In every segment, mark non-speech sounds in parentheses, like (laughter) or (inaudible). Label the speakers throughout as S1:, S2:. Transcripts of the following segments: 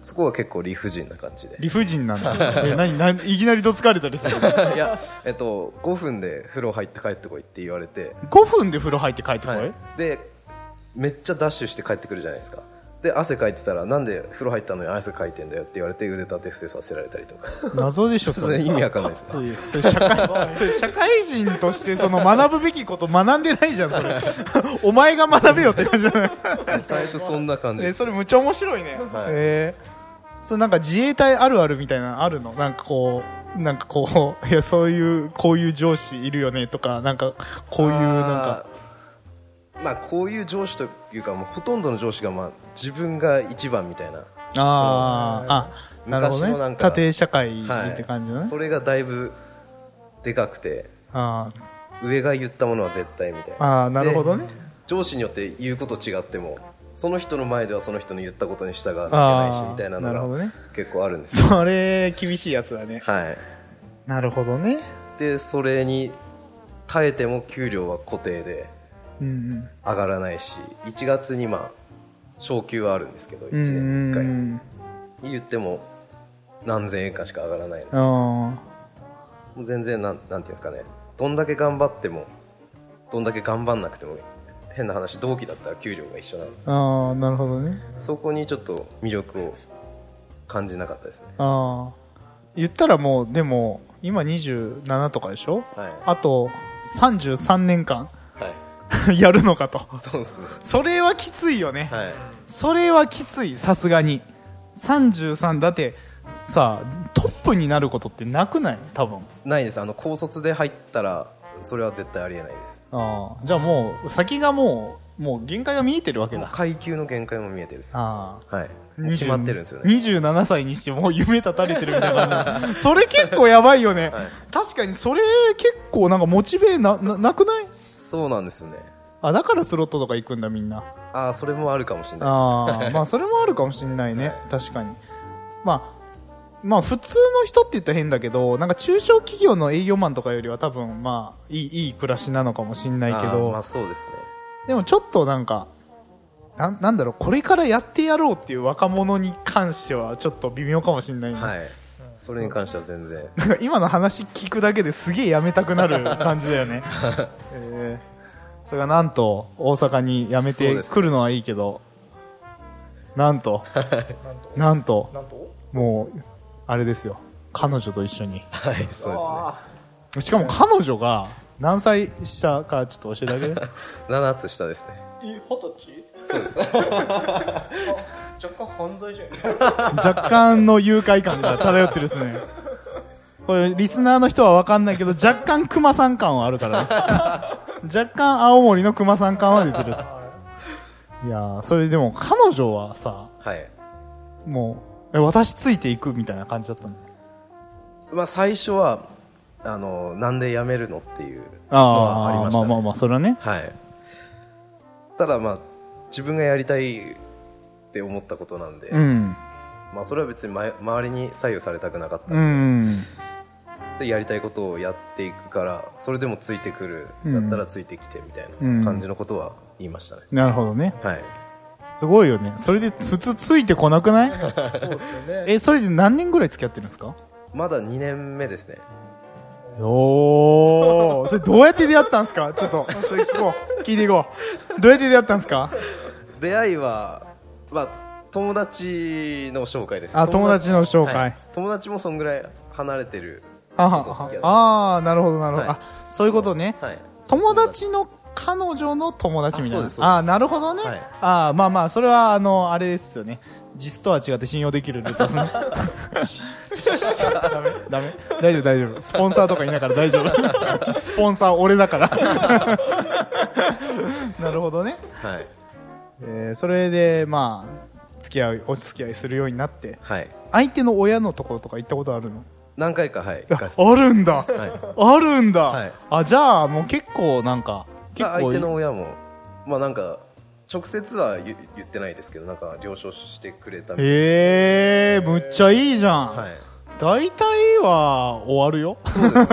S1: そこは結構理不尽な感じで
S2: (laughs) 理不尽なんだえ何何いきなりと疲れたりする
S1: いや、えっと、5分で風呂入って帰ってこいって言われて、
S2: 5分で風呂入って帰ってこい、
S1: はい、でめっちゃダッシュして帰ってくるじゃないですかで汗かいてたらなんで風呂入ったのに汗かいてんだよって言われて腕立て伏せさせられたりとか
S2: 謎でしょそ
S1: (laughs) そ (laughs)
S2: れ
S1: れ意味わかんないです
S2: そ
S1: ね
S2: ういうそれ社会 (laughs) それ社会人としてその学ぶべきこと学んでないじゃんそれお前が学べよって感じじゃない
S1: 最初そんな感じ
S2: え
S1: です
S2: それむっちゃ面白いね、
S1: はい
S2: えーそれなんか自衛隊あるあるみたいなのあるのなんかこうなんかこういや (laughs) そういうこういう上司いるよねとかなんかこういうなんか
S1: あーまあこういう上司というかもうほとんどの上司がまあ自分が一番みたいな
S2: あーあ、
S1: そう
S2: なるほど
S1: 昔
S2: ね
S1: の。なんか
S2: 家庭社会
S1: はい
S2: って感じだね。
S1: それがだいぶでかくて
S2: あー
S1: 上が言ったものは絶対みたいな
S2: あー、なるほどね
S1: で。上司によって言うこと違ってもその人の前ではその人の言ったことに従わなきゃいけない
S2: あ
S1: し
S2: あ
S1: みたいな
S2: ーなるほ
S1: の
S2: ど
S1: が
S2: ね。
S1: 結構あるんですよ
S2: それ、厳しいやつだね。
S1: はい
S2: なるほどね。
S1: でそれに耐えても給料は固定で
S2: うん
S1: 上がらないし1月にまあ昇給はあるんですけど
S2: うん。
S1: 1
S2: うんう
S1: 年1
S2: ん
S1: 回言っても何千円かしか上がらないの
S2: うん。あ
S1: もう全然なんなんていうんですかねどんだけ頑張ってもどんだけ頑張んなくても変な話同期だったら給料が一緒なの
S2: ーあー、なるほどね。
S1: そこにちょっと魅力を感じなかったですね
S2: ああ。言ったらもう、でも、今27とかでしょ
S1: はい
S2: あと、33年間、 (laughs)
S1: はい、
S2: やるのかと。
S1: そうですね
S2: それはきついよね。
S1: はい
S2: それはきついさすがに33だってさあトップになることってなくない多分
S1: ないですあの高卒で入ったらそれは絶対ありえないです
S2: ああじゃあもう先がもうもう限界が見えてるわけ
S1: もう
S2: だ。
S1: 階級の限界も見えてるですは
S2: ああ。
S1: いもう決まってるんですよね
S2: 27歳にしてもう夢絶たれてるみたいな感
S1: (laughs)
S2: じそれ結構やばいよね、
S1: はい
S2: 確かにそれ結構なんかモチベなななくない
S1: そうなんですよね
S2: あだからスロットとか行くんだみんな
S1: ああそれもあるかもしれな
S2: あ
S1: (laughs)
S2: あまあそれもあるかもしれないね確かにまあまあ普通の人って言ったら変だけどなんか中小企業の営業マンとかよりは多分まあいいいい暮らしなのかもしれないい
S1: です
S2: け
S1: あ
S2: ど
S1: ーまあそうですね
S2: でもちょっとなんかなんなんだろうこれからやってやろうっていう若者に関してはちょっと微妙かもしれないね、
S1: はいそれに関しては
S2: (laughs)
S1: 全然
S2: なんか今の話聞くだけですげえやめたくなる感じだ
S3: (laughs)
S2: よね、えーそれがなんと大阪にやめ
S1: そう
S2: て
S1: です
S2: くるのはいいけど、なん
S3: (laughs)
S2: と
S3: な
S2: なん
S3: んと
S2: と
S3: なんと
S2: もうあれですよ彼女と一緒に
S1: はいそうですね
S3: あ
S2: しかも彼女が何歳下かちょっと教えてあげる
S1: 7つ下ですね
S3: ーえ二十
S1: そう
S3: (laughs)
S1: です
S3: 歳若干犯罪じゃない
S2: 若干の誘拐感が漂ってるですねこれリスナーの人は分かんないけど若干熊さん感はあるからね若干青森の熊さん感は出てるっすいやーそれでも彼女はさ
S1: はい
S2: もうえ私ついていくみたいな感じだったの
S1: まあ最初はあのなんで辞めるのっていうのはあり
S2: あー
S1: まし
S2: まあ
S1: た
S2: まあ
S1: ね
S2: まあそれはね
S1: はいただまあ自分がやりたいって思ったことなんで、
S2: うん
S1: まあ、それは別にま周りに左右されたくなかった
S2: う、ん
S1: でやりたいことをやっていくからそれでもついてくるだったらついてきてみたい
S2: うん
S1: な感じのことは言いましたね、
S2: なるほどね
S1: はい
S2: すごいよねそれで普通ついてこなくない
S3: そうですよね
S2: えそれで何年ぐらい付き合ってるんですか
S1: まだ2年目ですね
S2: おーそれどうやって出会ったんですかちょっとそれ聞こう聞いていこうどうやって出会ったんですか
S1: 出会いは、まあ、友達の紹介です
S2: あ友達の紹介
S1: はい友達もそんぐらい離れてる
S2: あ
S1: と付き合って
S2: あーなるほどなるほど、
S1: はい
S2: あそういうことね
S1: はい
S2: 友達の彼女の友達みたい
S1: あそう
S2: な
S1: ですそうです
S2: ああーなるほどね、
S1: はい
S2: ああまあまあそれはあのあれですよね実とは違って信用できるルートですねダメダメ大丈夫大丈夫スポンサーとかいないから大丈夫スポンサー俺だから
S1: (laughs)
S2: なるほどね
S1: はい
S2: えーそれでまあ付き合うお付き合いするようになって
S1: はい
S2: 相手の親のところとか行ったことあるの
S1: 何回かはい行
S2: あ
S1: かせて
S2: あるんだ
S1: はい
S2: あるんだ、
S1: はい
S2: あじゃあもう結構なんか結構
S1: 相手の親もまあなんか直接は言言ってないですけどなんか了承してくれたみたい
S2: ええむっちゃいいじゃん、
S1: なはい
S2: 大体は終わるよ
S1: そうですね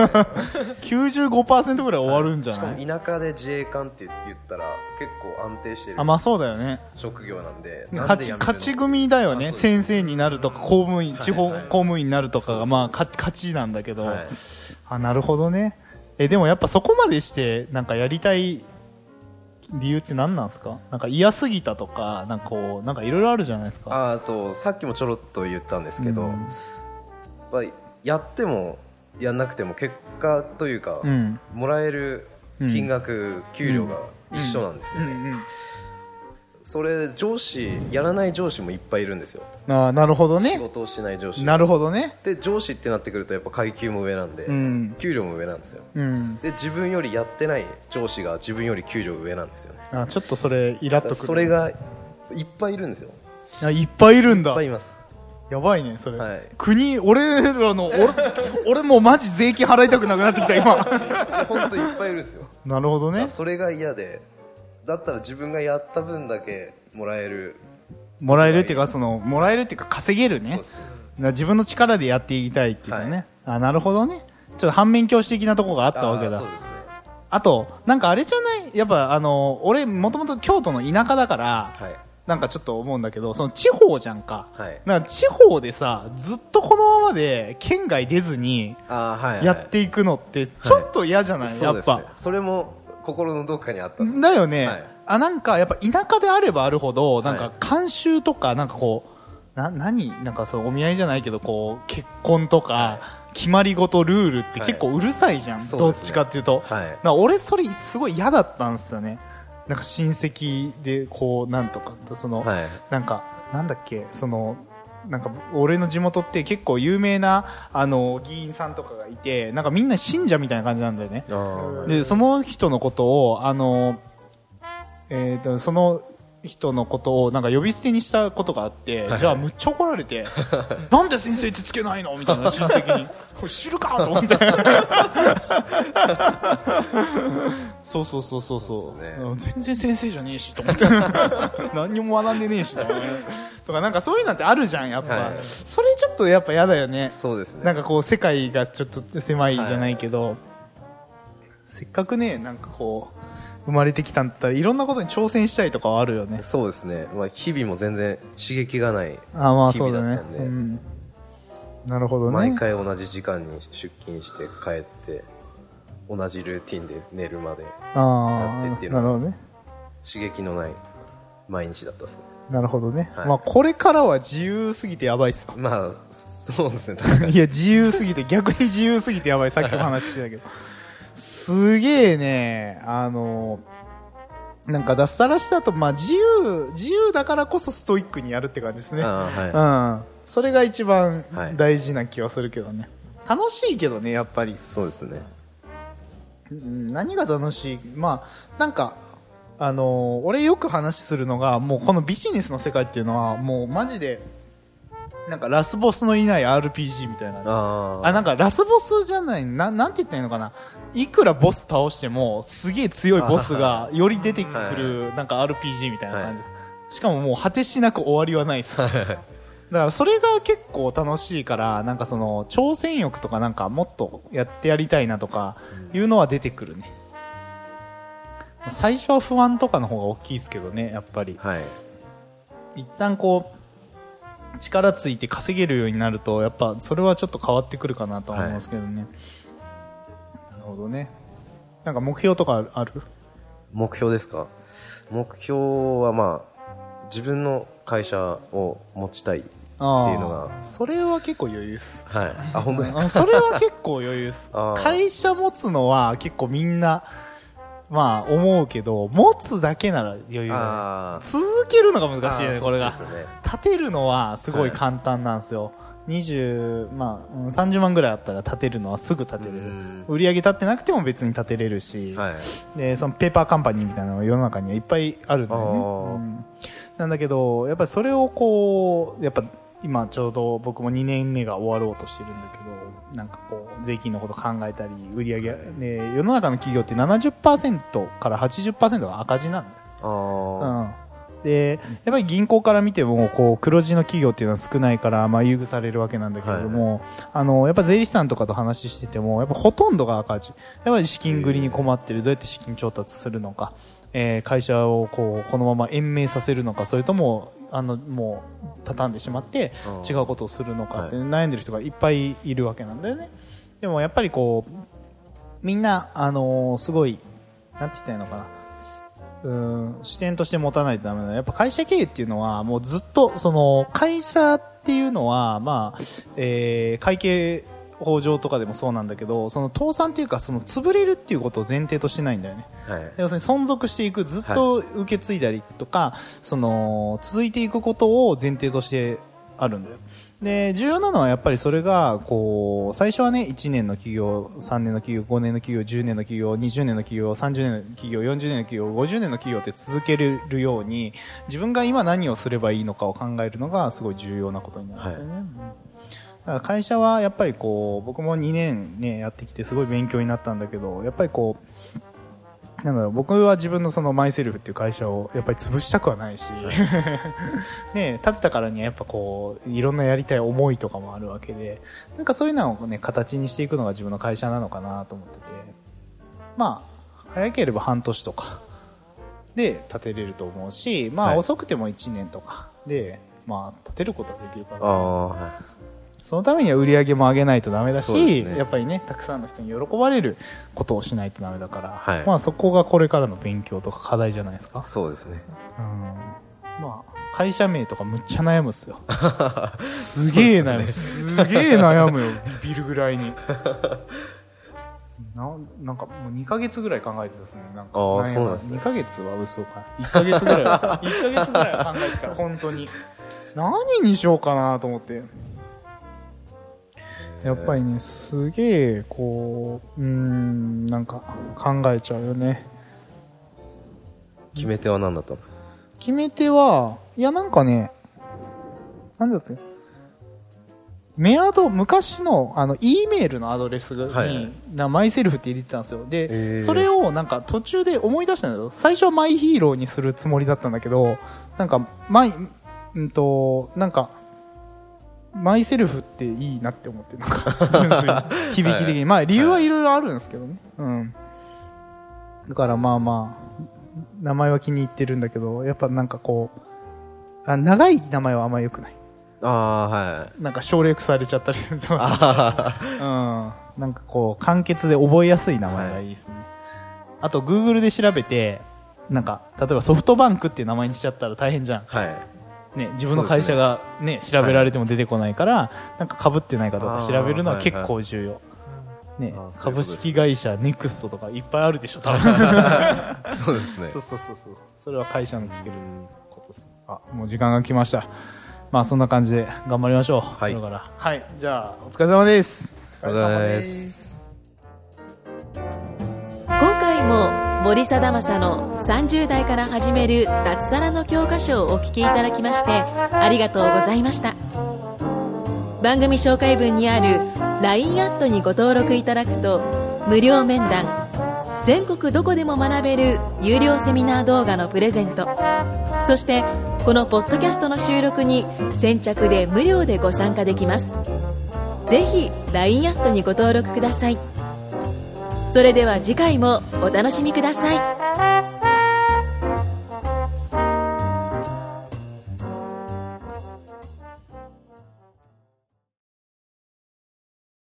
S2: 95%ぐらい終わるんじゃ
S1: し
S2: ない、
S1: かも田舎で自衛官って言ったら結構安定してる
S2: あまあそうだよね
S1: 職業なんでなん
S2: 勝
S1: で
S2: ち
S1: 辞めるの
S2: 勝ち組だよね
S1: あそうで
S2: 先生になるとか公務員
S1: はい
S2: 地方
S1: はい
S2: 公務員になるとかが
S1: そうそう
S2: まあ勝ち勝ちなんだけど、
S1: はい
S2: あなるほどねえでもやっぱそこまでしてなんかやりたい理由って何なんですかなんか嫌すぎたとかなんかこうなんかいろいろあるじゃないですか
S1: ああとさっきもちょろっと言ったんですけど、
S2: うん
S1: まあ、やってもやんなくても結果というか、
S2: うん
S1: もらえる金額、給料が一緒なんですよね、それ上司やらない上司もいっぱいいるんですよ
S2: ああなるほど
S1: 仕
S2: ね
S1: 事をしない上司
S2: なるほどね
S1: で上司ってなってくるとやっぱ階級も上なんで、
S2: うん
S1: 給料も上なんですよ
S2: うん
S1: で自分よりやってない上司が自分より給料上なんですよね
S2: あちょっとそれイラ
S1: だ
S2: っ
S1: か
S2: と
S1: ら
S2: くる
S1: それがいっぱいいるんですよ
S2: あいっぱいいるん
S1: い
S2: だ
S1: っぱいい
S2: (laughs)
S1: ます
S2: やばいねそれ、
S1: はい
S2: 国俺らの
S1: (laughs)
S2: 俺俺もうマジ税金払いたくなくなってきた今
S1: 本当いっぱいいるんですよ
S2: なるほどね
S1: それが嫌でだったら自分がやった分だけもらえる
S2: もらえるっていうかそのもらえるっていうか稼げる
S1: そう
S2: ね
S1: ですそうです
S2: な自分の力でやっていきたいっていうかね、
S1: はい
S2: あなるほどねちょっと反面教師的なとこがあったわけ
S1: あー
S2: だ
S1: そうですね
S2: あとなんかあれじゃないやっぱあの俺もともと京都の田舎だから、
S1: はい
S2: なんかちょっと思うんだけどその地方じゃんか、
S1: はい
S2: なんか地方でさずっとこのままで県外出ずに
S1: あーはい、はい、
S2: やっていくのってちょっと嫌じゃない、
S1: そ
S2: や
S1: うで
S2: っ
S1: すね
S2: ぱ、
S1: それも心のどっかにあったっす
S2: だよね、
S1: はい
S2: あなんかやっぱ田舎であればあるほどなん
S1: は
S2: か
S1: い
S2: 慣習とかなんかこうな何なんかそのお見合いじゃないけどこう結婚と
S1: は
S2: か決まり事ルールって
S1: はい
S2: 結構うるさいじゃん、
S1: そう
S2: ど
S1: ですね
S2: っちかっていうと、
S1: はい
S2: なんか俺それすごい嫌だったんですよねなんか親戚でこうなんとかとその、
S1: はい
S2: なんか、なんだっけ、その、なんか、俺の地元って結構有名な、あの、議員さんとかがいて、なんかみんな信者みたいな感じなんだよね。
S1: あー
S2: で、その人のことを、あの、ええー、とその人のことをなんか呼び捨てにしたことがあって、
S1: はい
S2: じゃあむっちゃ怒られ
S1: (laughs)
S2: てなんで先生ってつけないのみたいな親戚にこれ知るかと思ってそうそうそうそうそう
S1: そうですね
S2: うん全然先生じゃねえしと思
S1: (laughs)
S2: って何にも学んでねえしと思ってとかなんかそういうのってあるじゃんやっぱ、
S1: はい
S2: それちょっとやっぱ嫌だよね
S1: そうですね
S2: なんかこう世界がちょっと狭いじゃないけど、せっかくねなんかこう生まれてきたんだったらいろんなことに挑戦したいとかはあるよね
S1: そうですね、まあ、日々も全然刺激がない
S2: ああまあ
S1: 日
S2: そう
S1: 々
S2: だね
S1: だったんで
S2: うん、なるほどね
S1: 毎回同じ時間に出勤して帰って同じルーティンで寝るまで
S2: あ
S1: や
S2: あ
S1: って
S2: な
S1: ってい
S2: る
S1: うの
S2: ほ
S1: が
S2: どね
S1: 刺激のない毎日だったですね
S2: なるほどね、
S1: はい
S2: まあこれからは自由すぎてやばいっすよ
S1: まあそうですね確かに
S2: いや自由すぎて逆に自由すぎてやばいさっきも話してたけどすげえねあのなんか脱サラした後、まあ自由、自由だからこそストイックにやるって感じですね。
S1: あー、はい、
S2: うん、それが一番
S1: はい
S2: 大事な気はするけどね、楽しいけどねやっぱり、
S1: そうですね
S2: うん何が楽しいまあなんかあのー俺よく話するのがもうこのビジネスの世界っていうのはもうマジでなんかラスボスのいない RPG みたいな
S1: あー
S2: あなんかラスボスじゃないななんて言ったらいいのかないくらボス倒してもすげえ強いボスがより出てくるなんか RPG みたいな感じ、しかももう果てしなく終わりはないですだからそれが結構楽しいからなんかその挑戦欲とかなんかもっとやってやりたいなとかいうのは出てくるね最初は不安とかの方が大きいですけどねやっぱり
S1: はい
S2: 一旦こう力ついて稼げるようになるとやっぱそれはちょっと変わってくるかなとは思うんですけどね、なるほどねなんか目標とかある
S1: 目標ですか目標はまあ自分の会社を持ちたい
S2: あー
S1: っていうのが
S2: それは結構余裕っす
S1: はいあ本当ですか
S2: うんそれは結構余裕っす
S1: (laughs) あー
S2: 会社持つのは結構みんなまあ思うけど持つだけなら余裕だね
S1: あー
S2: 続けるのが難しいよ
S1: あ
S2: ね
S1: ー
S2: これが
S1: そっちですね
S2: 立てるのはすごい簡単なんですよ、20まあうん30万ぐらいあったら立てるのはすぐ立てれ
S1: う
S2: る
S1: ん
S2: 売り上げ立ってなくても別に立てれるし、
S1: はい
S2: でそのペーパーカンパニーみたいなのが世の中にはいっぱいあるんだ
S1: あ
S2: よ
S1: ー
S2: ね、うんなんだけどやっぱりそれをこうやっぱ今ちょうど僕も2年目が終わろうとしてるんだけどなんかこう税金のこと考えたり売り上げ、で世の中の企業って70%から80%が赤字なんだよ
S1: あー
S2: うん、でやっぱり銀行から見てもこう黒字の企業っていうのは少ないから、まあ、優遇されるわけなんだけれども、あのやっぱ税理士さんとかと話しててもやっぱほとんどが赤字やっぱり資金繰りに困ってるどうやって資金調達するのか、えー会社をこうこのまま延命させるのかそれともあのもう畳んでしまって
S1: うん
S2: 違うことをするのかって悩んでる人がいっぱいいるわけなんだよね。でもやっぱりこうみんな、あのーすごい、なんて言ったらいいのかな。うーん視点として持たないとダメだねやっぱ会社経営っていうのはもうずっとその会社っていうのはまあ、えー会計法上とかでもそうなんだけどその倒産っていうかその潰れるっていうことを前提としてないんだよね
S1: はい
S2: 要するに存続していくずっと受け継いだりとか、その続いていくことを前提としてあるんだよで重要なのはやっぱりそれがこう最初はね1年の企業3年の企業5年の企業10年の企業20年の企業30年の企業40年の企業50年の企業って続けれるように自分が今何をすればいいのかを考えるのがすごい重要なことになるんですよね、うんだから会社はやっぱりこう僕も2年ねやってきてすごい勉強になったんだけどやっぱりこうなんだろう僕は自分のそのマイセルフっていう会社をやっぱり潰したくはないし、ね、立てたからにはやっぱこういろんなやりたい思いとかもあるわけでなんかそういうのをね形にしていくのが自分の会社なのかなと思っててまあ早ければ半年とかで立てれると思うしま
S1: は
S2: あ
S1: い
S2: 遅くても1年とかで、まあ立てることができるか
S1: あ
S2: な
S1: あは
S2: そのためには売り上げも上げないとダメだ
S1: そうで
S2: し、
S1: すね
S2: やっぱりね、たくさんの人に喜ばれることをしないとダメだから、
S1: はい
S2: まあそこがこれからの勉強とか課題じゃないですか
S1: い。そうですね
S2: うん。まあ、会社名とかむっちゃ悩むっ
S1: (laughs)
S2: すよ。すげえ悩む。すげえ悩むよ、ビビるぐら
S1: (laughs)
S2: いに。ななんかもう2ヶ月ぐらい考えてたですね。なんか
S1: あー
S2: 悩
S1: そうなんですね
S2: 2ヶ月は嘘か。1ヶ月ぐらい
S1: (laughs)
S2: は、1ヶ月ぐらいは考えてた、本当に。何にしようかなと思って。やっぱりね、すげえ、こう、うーん、なんか考えちゃうよね。
S1: 決め手は何だったんですか
S2: 決め手は、いやなんかね、なんだって、メアド、昔の、あの、E メールのアドレスに、
S1: はいはい
S2: なマイセルフって入れてたんですよ。で、
S1: へー
S2: それをなんか途中で思い出したんだよ。最初はマイヒーローにするつもりだったんだけど、なんか、マイ、うんと、なんか、マイセルフっていいなって思って、なんか、 (laughs) 純粋に響き的に。まあ、理由はいろいろあるんですけどね。うん。だからまあまあ、名前は気に入ってるんだけど、やっぱなんかこう、あ長い名前はあんま良くない。
S1: ああはい
S2: なんか省略されちゃったりすると、うん。
S1: あ
S2: なんかこう、簡潔で覚えやすい名前がいいですね。あと、Google で調べて、なんか、例えばソフトバンクっていう名前にしちゃったら大変じゃん。
S1: ー (laughs) はい
S2: ね、自分の会社が、ね調べられても出てこないから、なんか被ってないかどうか調べるのは結構重要。ね
S1: あー、そうい
S2: 株
S1: うことですね
S2: 式会社ネクストとかいっぱいあるでしょ、多分。
S1: そうですね
S2: そうそうそうそう。それは会社のつけることです。あ、もう時間が来ました。まあそんな感じで頑張りましょう。
S1: はい
S2: だから。はい。じゃあ、お疲れ様です。
S1: お疲れ様です
S4: 今回も森貞正の30代から始める脱サラの教科書をお聞きいただきましてありがとうございました番組紹介文にある LINE アットにご登録いただくと無料面談全国どこでも学べる有料セミナー動画のプレゼントそしてこのポッドキャストの収録に先着で無料でご参加できますぜひ LINE アットにご登録くださいそれでは次回もお楽しみください